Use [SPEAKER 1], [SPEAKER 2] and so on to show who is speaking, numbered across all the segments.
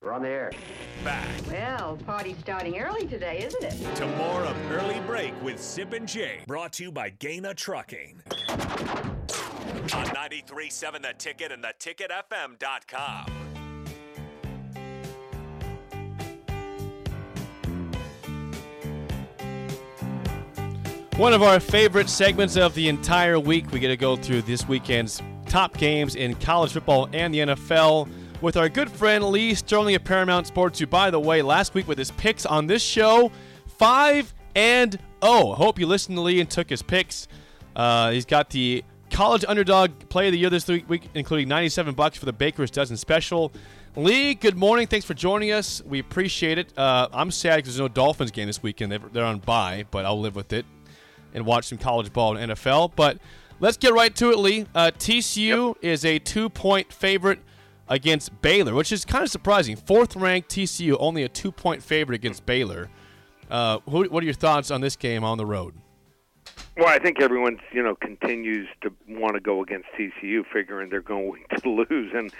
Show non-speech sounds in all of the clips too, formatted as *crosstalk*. [SPEAKER 1] We're on the air.
[SPEAKER 2] Back
[SPEAKER 3] Well, party's starting early today, isn't it?
[SPEAKER 2] to more of Early Break with Sip and Jay, brought to you by Gaina Trucking. On 93.7 The Ticket and theticketfm.com.
[SPEAKER 4] One of our favorite segments of the entire week. We get to go through this weekend's top games in college football and the NFL with our good friend Lee Sterling of Paramount Sports, who, by the way, last week with his picks on this show, 5 and 0. Hope you listened to Lee and took his picks. Uh, he's got the college underdog play of the year this week, week, including 97 bucks for the Baker's Dozen special. Lee, good morning. Thanks for joining us. We appreciate it. Uh, I'm sad because there's no Dolphins game this weekend. They're they're on bye, but I'll live with it and watch some college ball and NFL. But let's get right to it, Lee. Uh, TCU is a two point favorite against Baylor, which is kind of surprising. Fourth ranked TCU, only a two point favorite against Baylor. Uh, who, what are your thoughts on this game on the road?
[SPEAKER 5] Well, I think everyone you know continues to want to go against TCU, figuring they're going *laughs* to lose, and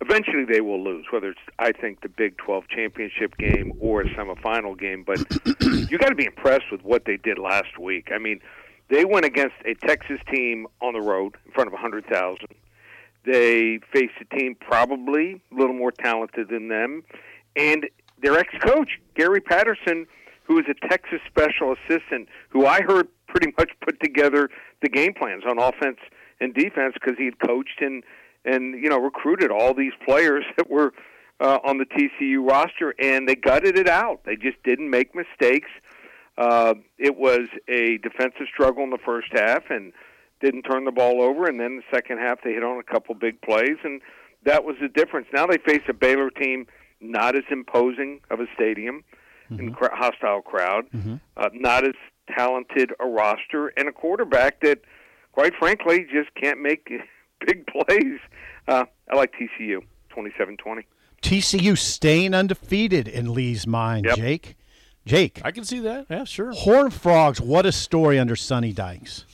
[SPEAKER 5] eventually they will lose. Whether it's I think the Big 12 championship game or a semifinal game, but you got to be impressed with what they did last week. I mean, they went against a Texas team on the road in front of 100,000. They faced a team probably a little more talented than them. And their ex coach, Gary Patterson, who is a Texas special assistant, who I heard pretty *laughs* much put together the game plans on offense and defense because he had coached and, and, you know, recruited all these players *laughs* that were uh, on the TCU roster, and they gutted it out. They just didn't make mistakes. Uh, it was a defensive struggle in the first half and didn't turn the ball over. And then the second half, they hit on a couple big plays, and that was the difference. Now they face a Baylor team not as imposing of a stadium
[SPEAKER 6] Mm-hmm.
[SPEAKER 5] and cr- hostile crowd, uh, not as talented a roster, and a quarterback that, quite frankly, just can't make *laughs* big plays. Uh, I like TCU, twenty-seven twenty.
[SPEAKER 6] TCU staying undefeated in Lee's mind,
[SPEAKER 5] Yep.
[SPEAKER 6] Jake. Jake,
[SPEAKER 4] I can see that. Yeah, sure.
[SPEAKER 6] Horn Frogs, what a story under Sonny Dykes.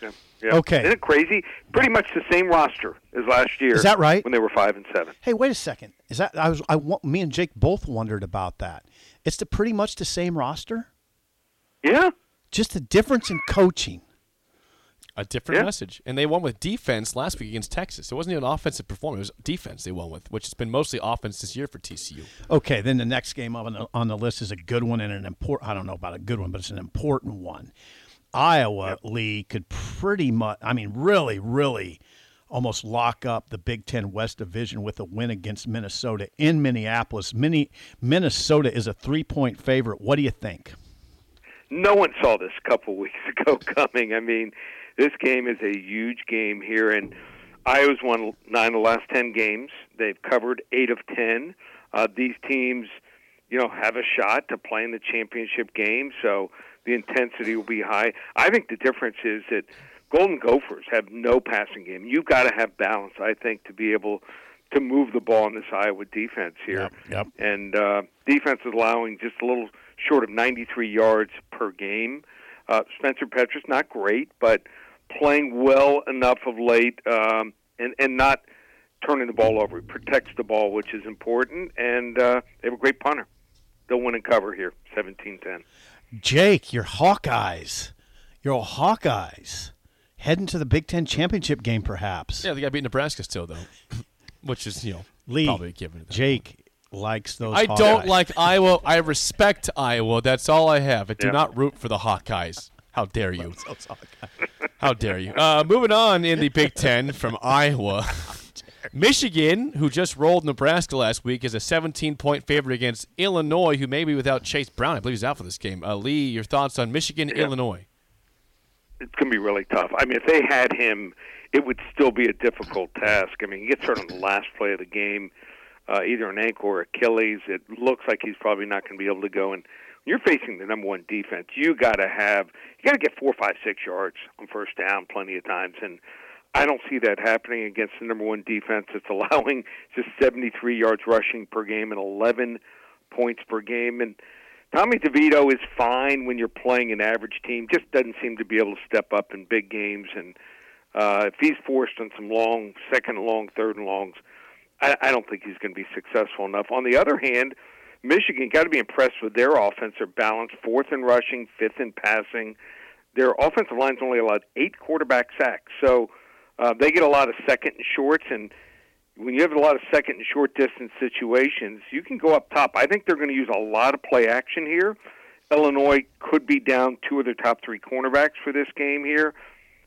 [SPEAKER 5] Yeah. Yeah.
[SPEAKER 6] Okay.
[SPEAKER 5] Isn't it crazy? Pretty much the same roster as last year.
[SPEAKER 6] Is that right?
[SPEAKER 5] When they were five and seven.
[SPEAKER 6] Hey, wait a second. Is that I was I wa- me and Jake both wondered about that. It's the pretty much the same roster,
[SPEAKER 5] Yeah.
[SPEAKER 6] just the difference in coaching.
[SPEAKER 4] A different
[SPEAKER 5] Yeah.
[SPEAKER 4] message. And they won with defense last week against Texas. It wasn't even an offensive performance. It was defense they won with, which has been mostly offense this year for TCU.
[SPEAKER 6] Okay, then the next game on the, on the list is a good one and an important. I don't know about a good one, but it's an important one. Iowa Lee could pretty much, I mean, really, really, almost lock up the Big Ten West Division with a win against Minnesota in Minneapolis. Mini, Minnesota is a three point favorite. What do you think?
[SPEAKER 5] no one saw this a couple *laughs* weeks ago coming. I mean, this game is a huge game here, and Iowa's won nine of the last ten games. They've covered eight of ten. Uh, these teams, you know, have a shot to play in the championship game, so the intensity will be high. I think the difference is that Golden Gophers have no passing game. You've got to have balance, I think, to be able to move the ball on this Iowa defense here
[SPEAKER 6] Yep, yep.
[SPEAKER 5] and uh, defense is allowing just a little short of 93 yards per game. Uh, Spencer Petrus not great, but playing well enough of late um, and and not turning the ball over. He protects the ball, which is important, and uh, they have a great punter. They'll win and cover here, 17-10.
[SPEAKER 6] Jake, your Hawkeyes, your Hawkeyes, heading to the Big Ten championship game, perhaps.
[SPEAKER 4] Yeah, they got beat Nebraska still, though, *coughs* which is, you know,
[SPEAKER 6] Lee,
[SPEAKER 4] probably a given. at that
[SPEAKER 6] Jake likes those.
[SPEAKER 4] I don't
[SPEAKER 6] Hawkeyes.
[SPEAKER 4] like Iowa. I respect Iowa. That's all I have. I do
[SPEAKER 5] Yeah.
[SPEAKER 4] not root for the Hawkeyes. How dare you? How dare you? Uh, moving on in the Big Ten from Iowa. Michigan, who just rolled Nebraska last week, is a 17 point favorite against Illinois, who may be without Chase Brown. I believe he's out for this game. Uh, Lee, your thoughts on Michigan, Illinois?
[SPEAKER 5] it's going to be really tough. I mean, if they had him, it would still be a difficult task. I mean, he gets hurt on the last play of the game. uh, either an ankle or Achilles. It looks like he's probably not going to be able to go. And when you're facing the number one defense, you got to have you got to get four, five, six yards on first down plenty of times. And I don't see that happening against the number one defense. It's *laughs* allowing just 73 yards rushing per game and 11 points per game. And Tommy DeVito is fine when you're playing an average team. Just doesn't seem to be able to step up in big games. And uh, if he's forced on some long second and long, third and longs, I, I don't think he's going to be successful enough. On the other hand, Michigan got to be impressed with their offense. They're balanced, fourth in rushing, fifth in passing. Their offensive line's only allowed eight quarterback sacks, so uh, they get a lot of second and shorts. And when you have a lot of second and short distance situations, you can go up top. I think they're going to use a lot of play action here. Illinois could be down two of their top three cornerbacks for this game here.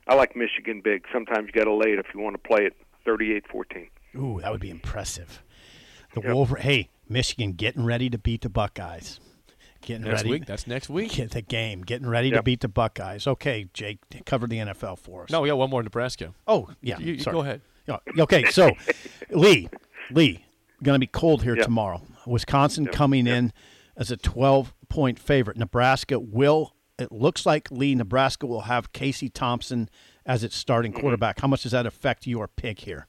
[SPEAKER 5] I like Michigan big. Sometimes you got to lay it if you want to play it 38-14.
[SPEAKER 6] Ooh, that would be impressive. The Wolver. Hey, Michigan getting ready to beat the Buckeyes. Getting
[SPEAKER 4] Next
[SPEAKER 6] ready.
[SPEAKER 4] week. That's next week.
[SPEAKER 6] Get the game. Getting ready to
[SPEAKER 5] Yep.
[SPEAKER 6] beat the Buckeyes. Okay, Jake, cover the NFL for us.
[SPEAKER 4] No, we got one more Nebraska.
[SPEAKER 6] Oh, yeah.
[SPEAKER 4] You- you
[SPEAKER 6] sorry.
[SPEAKER 4] go ahead.
[SPEAKER 6] Yeah, Okay,
[SPEAKER 4] *laughs*
[SPEAKER 6] so Lee, Lee, going to be cold here
[SPEAKER 5] Yeah.
[SPEAKER 6] tomorrow. Wisconsin coming in as a 12 point favorite. Nebraska will, it looks like Lee, Nebraska will have Casey Thompson as its starting
[SPEAKER 4] Mm-hmm.
[SPEAKER 6] quarterback. How much does that affect your pick here?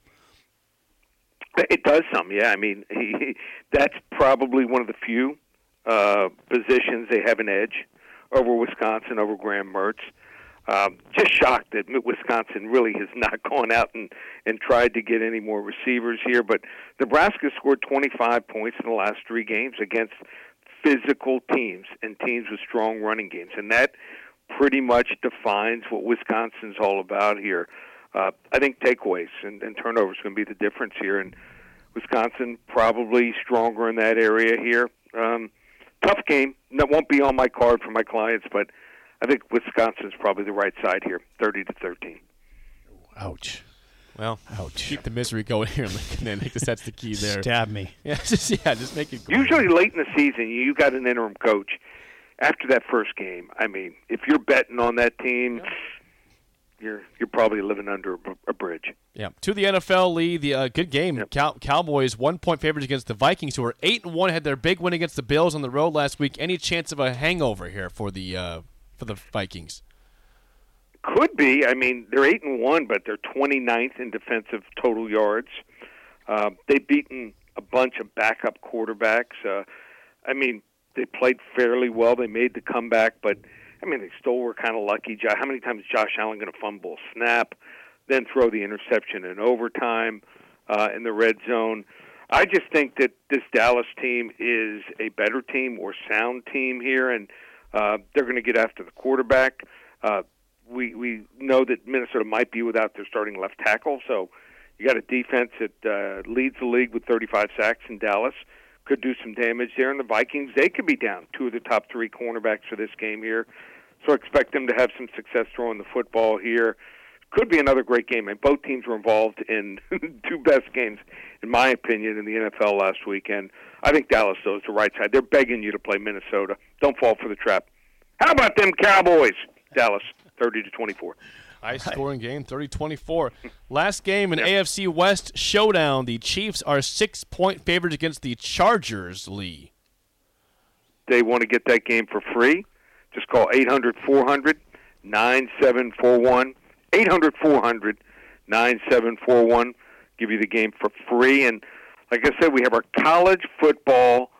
[SPEAKER 5] It does some, yeah. I mean, *laughs* he, that's probably one of the few uh, positions they have an edge over Wisconsin, over Graham Mertz. Um, just shocked that Wisconsin really has *laughs* not gone out and, and tried to get any more receivers here. But Nebraska scored 25 points in the last three games against physical teams and teams with strong running games. And that pretty much defines what Wisconsin's all about here. Uh, I think takeaways and, and turnovers going to be the difference here. And Wisconsin probably stronger in that area here. Um, tough game. That won't be on my card for my clients, but I think Wisconsin's probably the right side here, 30 to 13.
[SPEAKER 6] Ouch.
[SPEAKER 4] Well,
[SPEAKER 6] Ouch.
[SPEAKER 4] keep the misery going here, Lincoln. I think that's the key there.
[SPEAKER 6] Stab me.
[SPEAKER 4] *laughs* Yeah, just yeah, just make it. Go.
[SPEAKER 5] Usually late in the season, you got an interim coach. After that first game, I mean, if you're betting on that team, you're you're probably living under a, br- a bridge.
[SPEAKER 4] Yeah. To the NFL, Lee. The uh, good game. Cow- Cowboys one point favorites against the Vikings, who are eight and one. Had their big win against the Bills on the road last week. Any chance of a hangover here for the uh, for the Vikings?
[SPEAKER 5] Could be. I mean, they're eight and one, but they're 29th in defensive total yards. Uh, they've beaten a bunch of backup quarterbacks. Uh, I mean, they played fairly well. They made the comeback, but I mean, they still were kind of lucky. Jo- How many times is Josh Allen going to fumble a snap, then throw the interception in overtime uh, in the red zone? I just think that this Dallas team is a better team or sound team here, and uh, they're going to get after the quarterback. Uh, we we know that Minnesota might be without their starting left tackle, so you got a defense that uh, leads the league with 35 sacks in Dallas. Could do some damage there. And the Vikings, they could be down two of the top three cornerbacks for this game here. So expect them to have some success throwing the football here. Could be another great game. And both teams were involved in *laughs* two best games, in my opinion, in the NFL last weekend. I think Dallas, though, is the right side. They're begging you to play Minnesota. Don't fall for the trap. How about them Cowboys? Dallas, 30 to 24.
[SPEAKER 4] High scoring game, 30 24. Last game, an AFC West showdown. The Chiefs are six point favorites against the Chargers, Lee.
[SPEAKER 5] they want to get that game for free, just call 800 400 9741. 800 400 9741. Give you the game for free. And like I said, we have our college football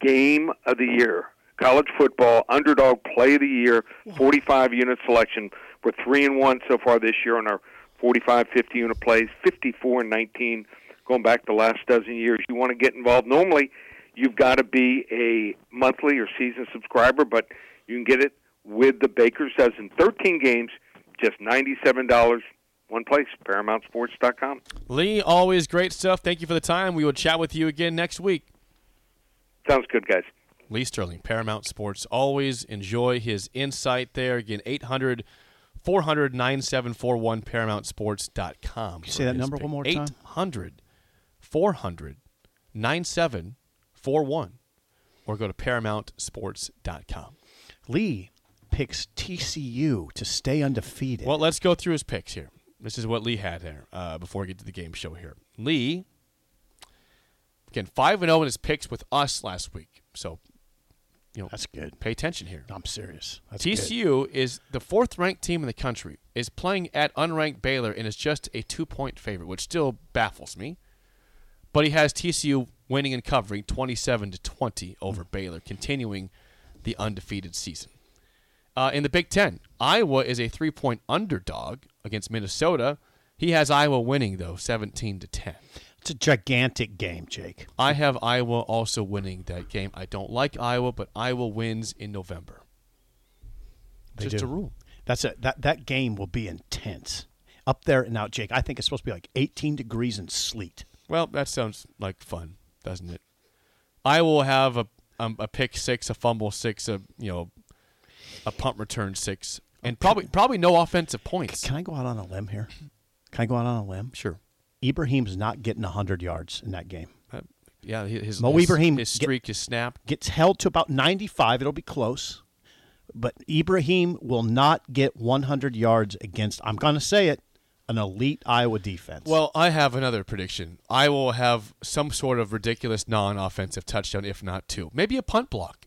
[SPEAKER 5] game of the year. College football underdog play of the year, 45 unit selection. We're 3 and 1 so far this year on our 45 50 unit plays, 54 and 19 going back the last dozen years. You want to get involved. Normally, you've got to be a monthly or season subscriber, but you can get it with the Baker's Dozen. 13 games, just $97. One place, ParamountSports.com.
[SPEAKER 4] Lee, always great stuff. Thank you for the time. We will chat with you again next week.
[SPEAKER 5] Sounds good, guys.
[SPEAKER 4] Lee Sterling, Paramount Sports. Always enjoy his insight there. Again, 800 400 9741 ParamountSports.com.
[SPEAKER 6] say that number one more time?
[SPEAKER 4] 800 400 9741 or go to ParamountSports.com.
[SPEAKER 6] Lee picks TCU to stay undefeated.
[SPEAKER 4] Well, let's go through his picks here. This is what Lee had there uh, before we get to the game show here. Lee Again, 5 and 0 in his picks with us last week. So, you know,
[SPEAKER 6] That's good.
[SPEAKER 4] pay attention here.
[SPEAKER 6] I'm serious. That's good.
[SPEAKER 4] TCU is the fourth ranked team in the country, is playing at unranked Baylor, and is just a two point favorite, which still baffles me. But he has TCU winning and covering 27 to 20 over Baylor, continuing the undefeated season. Uh, in the Big Ten, Iowa is a three point underdog against Minnesota. He has Iowa winning, though, 17 to 10.
[SPEAKER 6] It's a gigantic game, Jake.
[SPEAKER 4] I have Iowa also winning that game. I don't like Iowa, but Iowa wins in November.
[SPEAKER 6] They
[SPEAKER 4] just
[SPEAKER 6] do.
[SPEAKER 4] a rule.
[SPEAKER 6] That's a that that game will be intense up there. Now, Jake, I think it's supposed to be like 18 degrees and sleet.
[SPEAKER 4] Well, that sounds like fun, doesn't it? I will have a um, a pick six, a fumble six, a you know, a punt return six, and probably probably no offensive points.
[SPEAKER 6] Can I go out on a limb here? Can I go out on a limb?
[SPEAKER 4] Sure.
[SPEAKER 6] Ibrahim's not getting 100 yards in that game.
[SPEAKER 4] Uh, yeah, his his-
[SPEAKER 6] Mo Ibrahim,
[SPEAKER 4] his
[SPEAKER 6] get-
[SPEAKER 4] streak is snapped.
[SPEAKER 6] Gets held to about 95. It'll be close. But Ibrahim will not get 100 yards against, I'm going to say it, an elite Iowa defense.
[SPEAKER 4] Well, I have another prediction. I will have some sort of ridiculous non-offensive touchdown, if not two, maybe a punt block.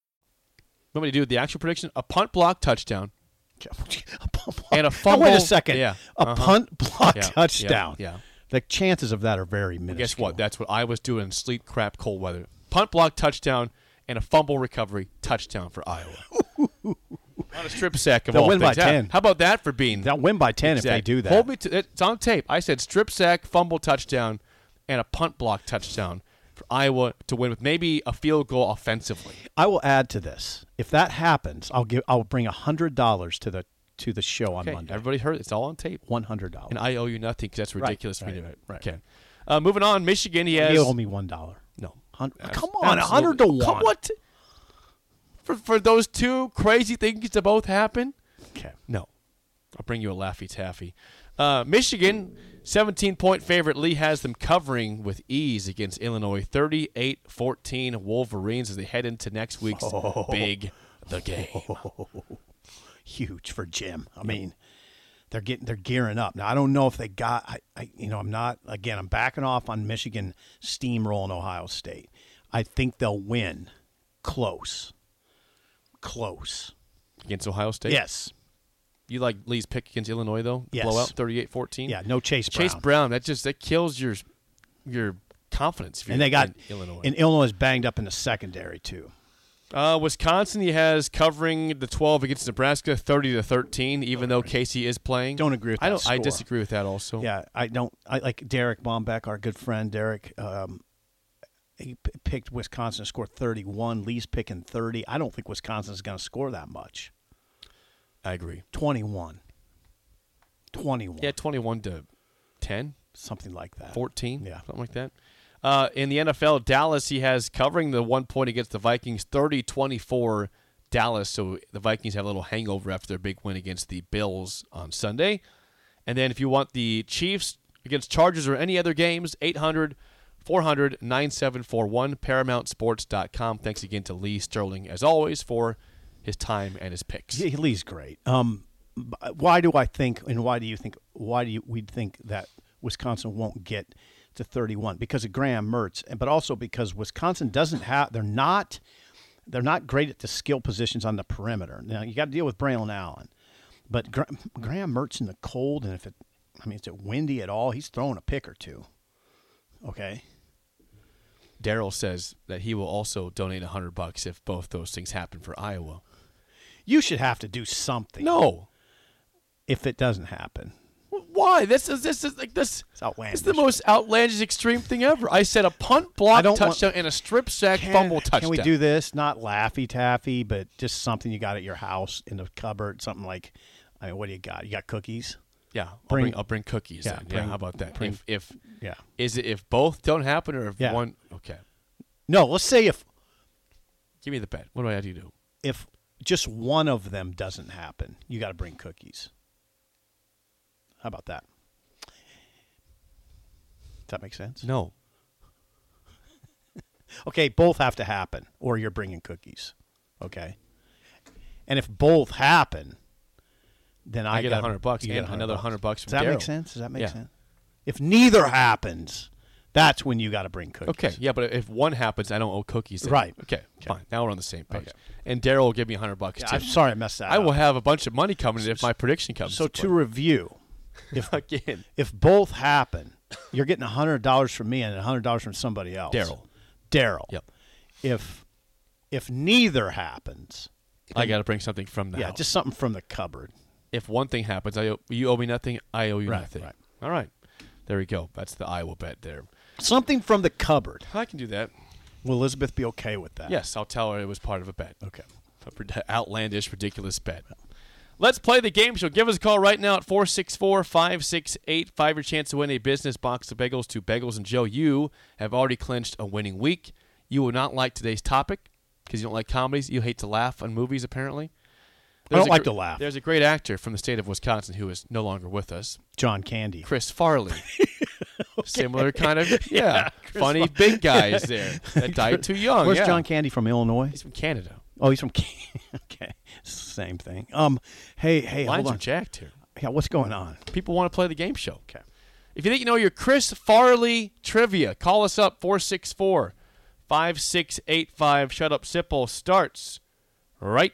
[SPEAKER 4] What to do with the actual prediction? A punt block touchdown.
[SPEAKER 6] *laughs* a punt block.
[SPEAKER 4] And a
[SPEAKER 6] Now, wait
[SPEAKER 4] fumble-
[SPEAKER 6] a second.
[SPEAKER 4] yeah,
[SPEAKER 6] A
[SPEAKER 4] uh-huh.
[SPEAKER 6] punt block
[SPEAKER 4] Yeah, yeah,
[SPEAKER 6] touchdown.
[SPEAKER 4] yeah.
[SPEAKER 6] The chances of that are very minuscule.
[SPEAKER 4] Guess what? That's what I was doing in sleep crap cold weather. Punt block touchdown and a fumble recovery touchdown for Iowa. *laughs* On a strip sack of
[SPEAKER 6] They'll
[SPEAKER 4] all
[SPEAKER 6] win by
[SPEAKER 4] things. Yeah.
[SPEAKER 6] 10.
[SPEAKER 4] How about that for being
[SPEAKER 6] *laughs* They'll win by 10 if they
[SPEAKER 4] exact?
[SPEAKER 6] do that.
[SPEAKER 4] Hold me to it's on tape. I said strip sack, fumble touchdown, and a punt block touchdown for Iowa to win with maybe a field goal offensively.
[SPEAKER 6] I will add to this. If that happens, I'll give I'll bring hundred dollars to the to the show on
[SPEAKER 4] Okay,
[SPEAKER 6] Monday.
[SPEAKER 4] everybody heard it. it's all on tape.
[SPEAKER 6] One hundred dollars.
[SPEAKER 4] And I owe you nothing because that's ridiculous.
[SPEAKER 6] right,
[SPEAKER 4] we do
[SPEAKER 6] right,
[SPEAKER 4] it.
[SPEAKER 6] right,
[SPEAKER 4] Okay. Uh, moving on, Michigan. He has
[SPEAKER 6] You owe me one dollar.
[SPEAKER 4] no.
[SPEAKER 6] Hun-
[SPEAKER 4] Abs-
[SPEAKER 6] Come on,
[SPEAKER 4] absolutely.
[SPEAKER 6] hundred to one.
[SPEAKER 4] Come- What? For for those two crazy things to both happen?
[SPEAKER 6] Okay.
[SPEAKER 4] No, I'll bring you a laffy taffy. Uh, Michigan, seventeen point favorite. Lee has them covering with ease against Illinois, 38-14 Wolverines as they head into next
[SPEAKER 6] *laughs*
[SPEAKER 4] week's
[SPEAKER 6] Oh.
[SPEAKER 4] big the game.
[SPEAKER 6] Huge for Jim. I mean, they're getting they're gearing up now. I don't know if they got. I, I you know I'm not again. I'm backing off on Michigan steamrolling Ohio State. I think they'll win close. Close.
[SPEAKER 4] against Ohio State.
[SPEAKER 6] Yes.
[SPEAKER 4] you like Lee's pick against Illinois though?
[SPEAKER 6] Yes.
[SPEAKER 4] blowout 38-14?
[SPEAKER 6] Yeah. No Chase Brown.
[SPEAKER 4] Chase Brown. That just that kills your your confidence. If you're
[SPEAKER 6] And they got
[SPEAKER 4] in Illinois
[SPEAKER 6] And Illinois is banged up in the secondary too.
[SPEAKER 4] Uh, Wisconsin, he has covering the 12 against Nebraska, 30 to 13. Even though Casey is playing,
[SPEAKER 6] Don't agree with
[SPEAKER 4] I
[SPEAKER 6] that
[SPEAKER 4] I
[SPEAKER 6] score.
[SPEAKER 4] disagree with that also.
[SPEAKER 6] Yeah, I don't. I like Derek Bombeck, our good friend Derek. Um, he p- picked Wisconsin to score 31. Lee's picking 30. I don't think Wisconsin's going to score that much.
[SPEAKER 4] I agree.
[SPEAKER 6] 21. 21.
[SPEAKER 4] Yeah, 21 to 10,
[SPEAKER 6] something like that.
[SPEAKER 4] 14,
[SPEAKER 6] Yeah.
[SPEAKER 4] something like that. Uh, in the NFL, Dallas, he has covering the one point against the Vikings, 30 24 Dallas. So the Vikings have a little hangover after their big win against the Bills on Sunday. And then if you want the Chiefs against Chargers or any other games, 800 400 9741, ParamountSports.com. Thanks again to Lee Sterling, as always, for his time and his picks.
[SPEAKER 6] Yeah, Lee's great. Um, b- why do I think, and why do you think, why do you, we think that Wisconsin won't get to 31 because of Graham Mertz, and but also because Wisconsin doesn't have, they're not, they're not great at the skill positions on the perimeter. Now you got to deal with Braylon Allen, but Gra- Graham Mertz in the cold, and if it, I mean, is it windy at all? He's throwing a pick or two. Okay,
[SPEAKER 4] Daryl says that he will also donate 100 bucks if both those things happen for Iowa.
[SPEAKER 6] You should have to do something.
[SPEAKER 4] No.
[SPEAKER 6] if it doesn't happen,
[SPEAKER 4] Wh- Why? This is this is like this.
[SPEAKER 6] It's outlandish.
[SPEAKER 4] It's the most outlandish extreme thing ever. I said a punt block
[SPEAKER 6] I don't want-
[SPEAKER 4] touchdown and a strip sack
[SPEAKER 6] Can-
[SPEAKER 4] fumble touchdown.
[SPEAKER 6] Can we do this? Not laffy taffy, but just something you got at your house in the cupboard. Something like, I mean, what do you got? You got cookies?
[SPEAKER 4] Yeah, I'll
[SPEAKER 6] Bring-
[SPEAKER 4] bring, I'll bring cookies.
[SPEAKER 6] Yeah,
[SPEAKER 4] then.
[SPEAKER 6] bring-
[SPEAKER 4] yeah, how about that?
[SPEAKER 6] bring-
[SPEAKER 4] if, if
[SPEAKER 6] Yeah.
[SPEAKER 4] is it if both don't happen or if
[SPEAKER 6] Yeah.
[SPEAKER 4] one? Okay,
[SPEAKER 6] No, let's say if
[SPEAKER 4] give me the bet. What do I have to do?
[SPEAKER 6] if just one of them doesn't happen, you got to bring cookies. How about that? Does that make sense?
[SPEAKER 4] No,
[SPEAKER 6] Okay, both have to happen, or you're bringing cookies. Okay, and if both happen, then I,
[SPEAKER 4] I get
[SPEAKER 6] gotta-
[SPEAKER 4] 100 bucks
[SPEAKER 6] you
[SPEAKER 4] and
[SPEAKER 6] get
[SPEAKER 4] another 100 bucks
[SPEAKER 6] Does
[SPEAKER 4] from
[SPEAKER 6] that make
[SPEAKER 4] Daryl.
[SPEAKER 6] sense? Does that make
[SPEAKER 4] Yeah.
[SPEAKER 6] sense? If neither happens, that's when you got to bring cookies.
[SPEAKER 4] Okay, yeah, but if one happens, I don't owe cookies. then.
[SPEAKER 6] Right.
[SPEAKER 4] Okay,
[SPEAKER 6] Okay.
[SPEAKER 4] fine. Now we're on the same page.
[SPEAKER 6] Okay.
[SPEAKER 4] And Daryl will give me hundred bucks.
[SPEAKER 6] Yeah,
[SPEAKER 4] too.
[SPEAKER 6] I'm sorry I messed that.
[SPEAKER 4] I will
[SPEAKER 6] up.
[SPEAKER 4] have a bunch of money coming if my prediction comes.
[SPEAKER 6] So to
[SPEAKER 4] play. *laughs*
[SPEAKER 6] review, if
[SPEAKER 4] Again.
[SPEAKER 6] if both happen, you're getting hundred dollars from me and hundred dollars from somebody else.
[SPEAKER 4] Daryl.
[SPEAKER 6] Daryl.
[SPEAKER 4] Yep.
[SPEAKER 6] If if neither happens,
[SPEAKER 4] I got to bring something from the
[SPEAKER 6] yeah,
[SPEAKER 4] house.
[SPEAKER 6] just something from the cupboard.
[SPEAKER 4] if one thing happens, I owe, you owe me nothing. I owe you
[SPEAKER 6] Right,
[SPEAKER 4] nothing.
[SPEAKER 6] right.
[SPEAKER 4] All right, there we go. That's the Iowa bet. There,
[SPEAKER 6] Something from the cupboard.
[SPEAKER 4] I can do that.
[SPEAKER 6] Will Elizabeth be okay with that?
[SPEAKER 4] Yes, I'll tell her it was part of a bet.
[SPEAKER 6] Okay.
[SPEAKER 4] a pred- outlandish, ridiculous bet. Let's play the game show. Give us a call right now at 464 5685. Your chance to win a business box of bagels to Bagels and Joe. You have already clinched a winning week. You will not like today's topic because you don't like comedies. You hate to laugh on movies, apparently.
[SPEAKER 6] I don't
[SPEAKER 4] a
[SPEAKER 6] like
[SPEAKER 4] gr-
[SPEAKER 6] to laugh.
[SPEAKER 4] There's a great actor from the state of Wisconsin who is no longer with us,
[SPEAKER 6] John Candy.
[SPEAKER 4] Chris
[SPEAKER 6] *laughs*
[SPEAKER 4] Farley. Similar kind of, yeah, funny big
[SPEAKER 6] *laughs*
[SPEAKER 4] guys there that died too young.
[SPEAKER 6] Where's
[SPEAKER 4] yeah.
[SPEAKER 6] John Candy from Illinois?
[SPEAKER 4] He's from Canada.
[SPEAKER 6] Oh, he's from. Can- *laughs* okay, same thing. Um, hey, hey,
[SPEAKER 4] Lines are
[SPEAKER 6] hold on.
[SPEAKER 4] jacked here.
[SPEAKER 6] Yeah, what's going on?
[SPEAKER 4] people want to play the game show.
[SPEAKER 6] Okay.
[SPEAKER 4] If you think you know your Chris Farley trivia, call us up 464 5685. Shut up, Sipple starts right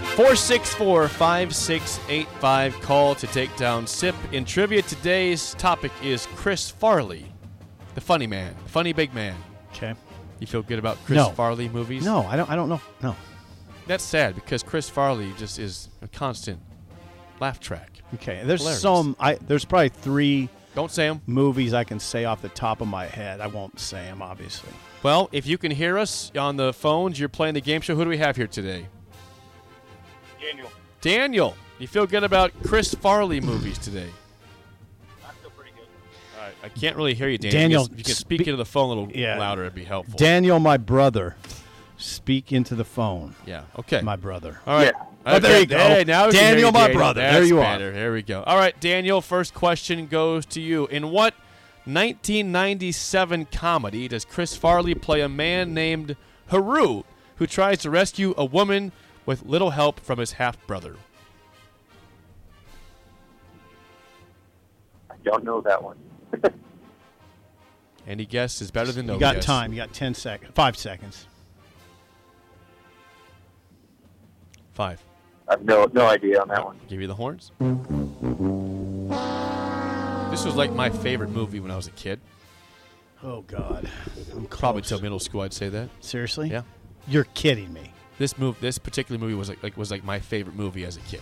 [SPEAKER 4] 464 5685. Call to take down Sip. In trivia, today's topic is Chris Farley, the funny man, the funny big man.
[SPEAKER 6] Okay.
[SPEAKER 4] You feel good about Chris
[SPEAKER 6] No.
[SPEAKER 4] Farley movies?
[SPEAKER 6] No, I don't. I don't know. No.
[SPEAKER 4] That's sad because Chris Farley just is a constant laugh track.
[SPEAKER 6] Okay. There's
[SPEAKER 4] Hilarious.
[SPEAKER 6] some. I there's probably three
[SPEAKER 4] Don't say him.
[SPEAKER 6] movies I can say off the top of my head. I won't say them, obviously.
[SPEAKER 4] Well, if you can hear us on the phones, you're playing the game show. Who do we have here today?
[SPEAKER 7] Daniel,
[SPEAKER 4] Daniel, you feel good about Chris Farley movies today?
[SPEAKER 7] I feel pretty good.
[SPEAKER 4] I can't really hear you, Daniel.
[SPEAKER 6] Daniel,
[SPEAKER 4] If you can
[SPEAKER 6] spe-
[SPEAKER 4] speak into the phone a little
[SPEAKER 6] Yeah.
[SPEAKER 4] louder, it'd be helpful.
[SPEAKER 6] Daniel, my brother, speak into the phone.
[SPEAKER 4] yeah. Okay.
[SPEAKER 6] My brother.
[SPEAKER 4] All right.
[SPEAKER 7] Yeah.
[SPEAKER 4] Oh,
[SPEAKER 6] there you go.
[SPEAKER 4] Hey, now we can
[SPEAKER 6] Daniel,
[SPEAKER 4] hear you,
[SPEAKER 6] my brother.
[SPEAKER 4] That's
[SPEAKER 6] There you are.
[SPEAKER 4] better. There we go. All right, Daniel. First question goes to you. In what 1997 comedy does Chris Farley play a man named Haru who tries to rescue a woman with little help from his half brother?
[SPEAKER 7] I don't know that one.
[SPEAKER 4] Any guess is better than no
[SPEAKER 6] you got
[SPEAKER 4] guess.
[SPEAKER 6] time. You got ten seconds. Five seconds.
[SPEAKER 4] Five.
[SPEAKER 7] I have no no idea on that one.
[SPEAKER 4] Give you the horns. This was like my favorite movie when I was a kid.
[SPEAKER 6] Oh God. I'm close.
[SPEAKER 4] Probably till middle school, I'd say that.
[SPEAKER 6] Seriously?
[SPEAKER 4] Yeah.
[SPEAKER 6] You're kidding me.
[SPEAKER 4] This move, this particular movie was like, like was like my favorite movie as a kid.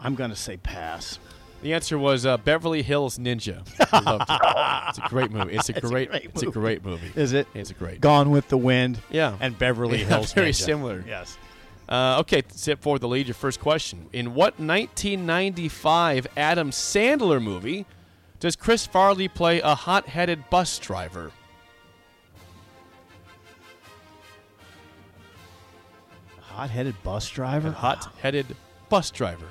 [SPEAKER 6] I'm gonna say pass.
[SPEAKER 4] The answer was uh, Beverly Hills Ninja. I loved it. It's a great movie. It's a great,
[SPEAKER 6] great
[SPEAKER 4] it's a
[SPEAKER 6] movie.
[SPEAKER 4] great movie.
[SPEAKER 6] Is it?
[SPEAKER 4] It's a great.
[SPEAKER 6] Gone with the Wind.
[SPEAKER 4] Yeah.
[SPEAKER 6] And Beverly
[SPEAKER 4] Yeah,
[SPEAKER 6] Hills.
[SPEAKER 4] very
[SPEAKER 6] Ninja.
[SPEAKER 4] similar.
[SPEAKER 6] Yes.
[SPEAKER 4] Uh, okay, sit forward the lead. Your first question: In what 1995 Adam Sandler movie does Chris Farley play a hot-headed bus driver?
[SPEAKER 6] Hot-headed bus driver.
[SPEAKER 4] A hot-headed bus driver.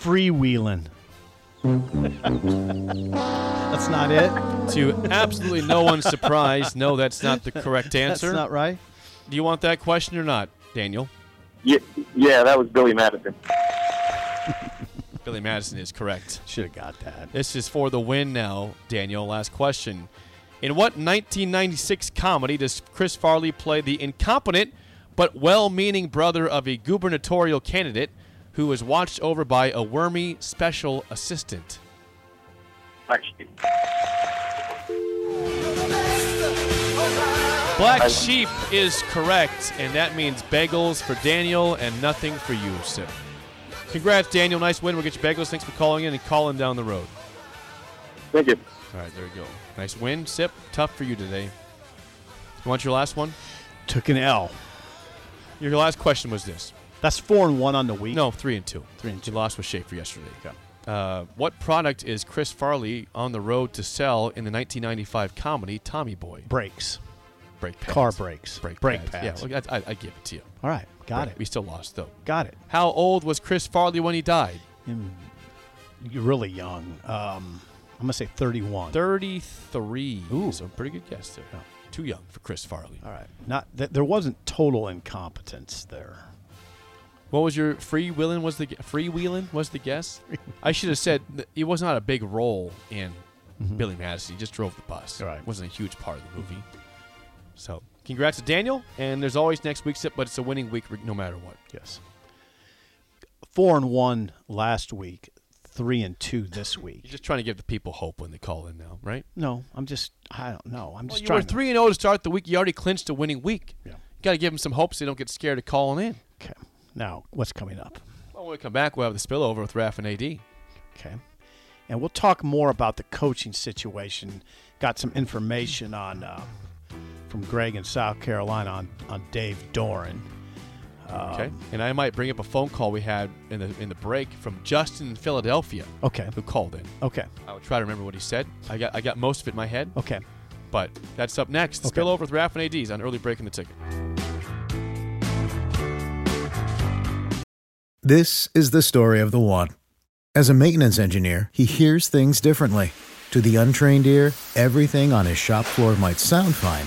[SPEAKER 6] Freewheeling. *laughs* That's not it.
[SPEAKER 4] To absolutely no one's surprise, no, that's not the correct
[SPEAKER 6] That's
[SPEAKER 4] answer.
[SPEAKER 6] not right.
[SPEAKER 4] Do you want that question or not, Daniel?
[SPEAKER 7] Yeah, yeah, that was Billy Madison.
[SPEAKER 4] Billy Madison is correct.
[SPEAKER 6] Should have got that.
[SPEAKER 4] This is for the win now, Daniel. Last question. In what 1996 comedy does Chris Farley play the incompetent but well meaning brother of a gubernatorial candidate who is watched over by a wormy special assistant?
[SPEAKER 7] Actually,
[SPEAKER 4] Black Sheep is correct, and that means bagels for Daniel and nothing for you, sir. Congrats, Daniel. Nice win. We'll get you bagels. Thanks for calling in and calling down the road.
[SPEAKER 7] thank you.
[SPEAKER 4] All right, there you go. Nice win, Sip. Tough for you today. You want your last one?
[SPEAKER 6] Took an L.
[SPEAKER 4] Your last question was this.
[SPEAKER 6] That's four and one on the week.
[SPEAKER 4] No, three and two.
[SPEAKER 6] Three and
[SPEAKER 4] You lost with Schaefer yesterday. Uh, what product is Chris Farley on the road to sell in the 1995 comedy Tommy Boy?
[SPEAKER 6] Brakes.
[SPEAKER 4] Brake pads.
[SPEAKER 6] Car brakes.
[SPEAKER 4] Brake,
[SPEAKER 6] Brake
[SPEAKER 4] pads.
[SPEAKER 6] pads.
[SPEAKER 4] Yeah, look, I, I, I give it to you.
[SPEAKER 6] All right. Got
[SPEAKER 4] We
[SPEAKER 6] it.
[SPEAKER 4] still lost though.
[SPEAKER 6] Got it.
[SPEAKER 4] How old was Chris Farley when he died?
[SPEAKER 6] Mm, You're really young. Um, I'm gonna say 31.
[SPEAKER 4] 33.
[SPEAKER 6] Ooh.
[SPEAKER 4] So pretty good guess there.
[SPEAKER 6] Yeah.
[SPEAKER 4] Too young for Chris Farley.
[SPEAKER 6] All right. Not that there wasn't total incompetence there.
[SPEAKER 4] What was your free wheeling? Was the gu- free wheeling was the
[SPEAKER 6] *laughs*
[SPEAKER 4] guess? I should have said that it was not a big role in Billy Madison. He just drove the bus.
[SPEAKER 6] Mm-hmm. Right.
[SPEAKER 4] It wasn't a huge part of the movie. So congrats to Daniel. And there's always next week's it, but it's a winning week re- no matter what.
[SPEAKER 6] Yes. Four and one last week. Three and two this
[SPEAKER 4] You're
[SPEAKER 6] week.
[SPEAKER 4] just trying to give the people hope when they call in now, right?
[SPEAKER 6] No, I'm just. I don't know. I'm
[SPEAKER 4] Well,
[SPEAKER 6] just
[SPEAKER 4] you
[SPEAKER 6] trying.
[SPEAKER 4] were
[SPEAKER 6] to-
[SPEAKER 4] three and zero to start the week. You already clinched a winning week.
[SPEAKER 6] Yeah.
[SPEAKER 4] You got to give them some hope so they don't get scared of calling in.
[SPEAKER 6] Okay. Now what's coming up?
[SPEAKER 4] Well, when we come back, we'll have the spillover with Raf and AD.
[SPEAKER 6] Okay. And we'll talk more about the coaching situation. Got some information on uh, from Greg in South Carolina on, on Dave Doran.
[SPEAKER 4] Okay. Um, and I might bring up a phone call we had in the in the break from Justin in Philadelphia.
[SPEAKER 6] Okay.
[SPEAKER 4] Who called in?
[SPEAKER 6] Okay.
[SPEAKER 4] I will try to remember what he said. I got I got most of it in my head,
[SPEAKER 6] Okay.
[SPEAKER 4] but that's up next.
[SPEAKER 6] Oh. Okay.
[SPEAKER 4] Spillover with Raf and ADs on early break in the ticket.
[SPEAKER 8] This is the story of the one. As a maintenance engineer, he hears things differently. To the untrained ear, everything on his shop floor might sound fine,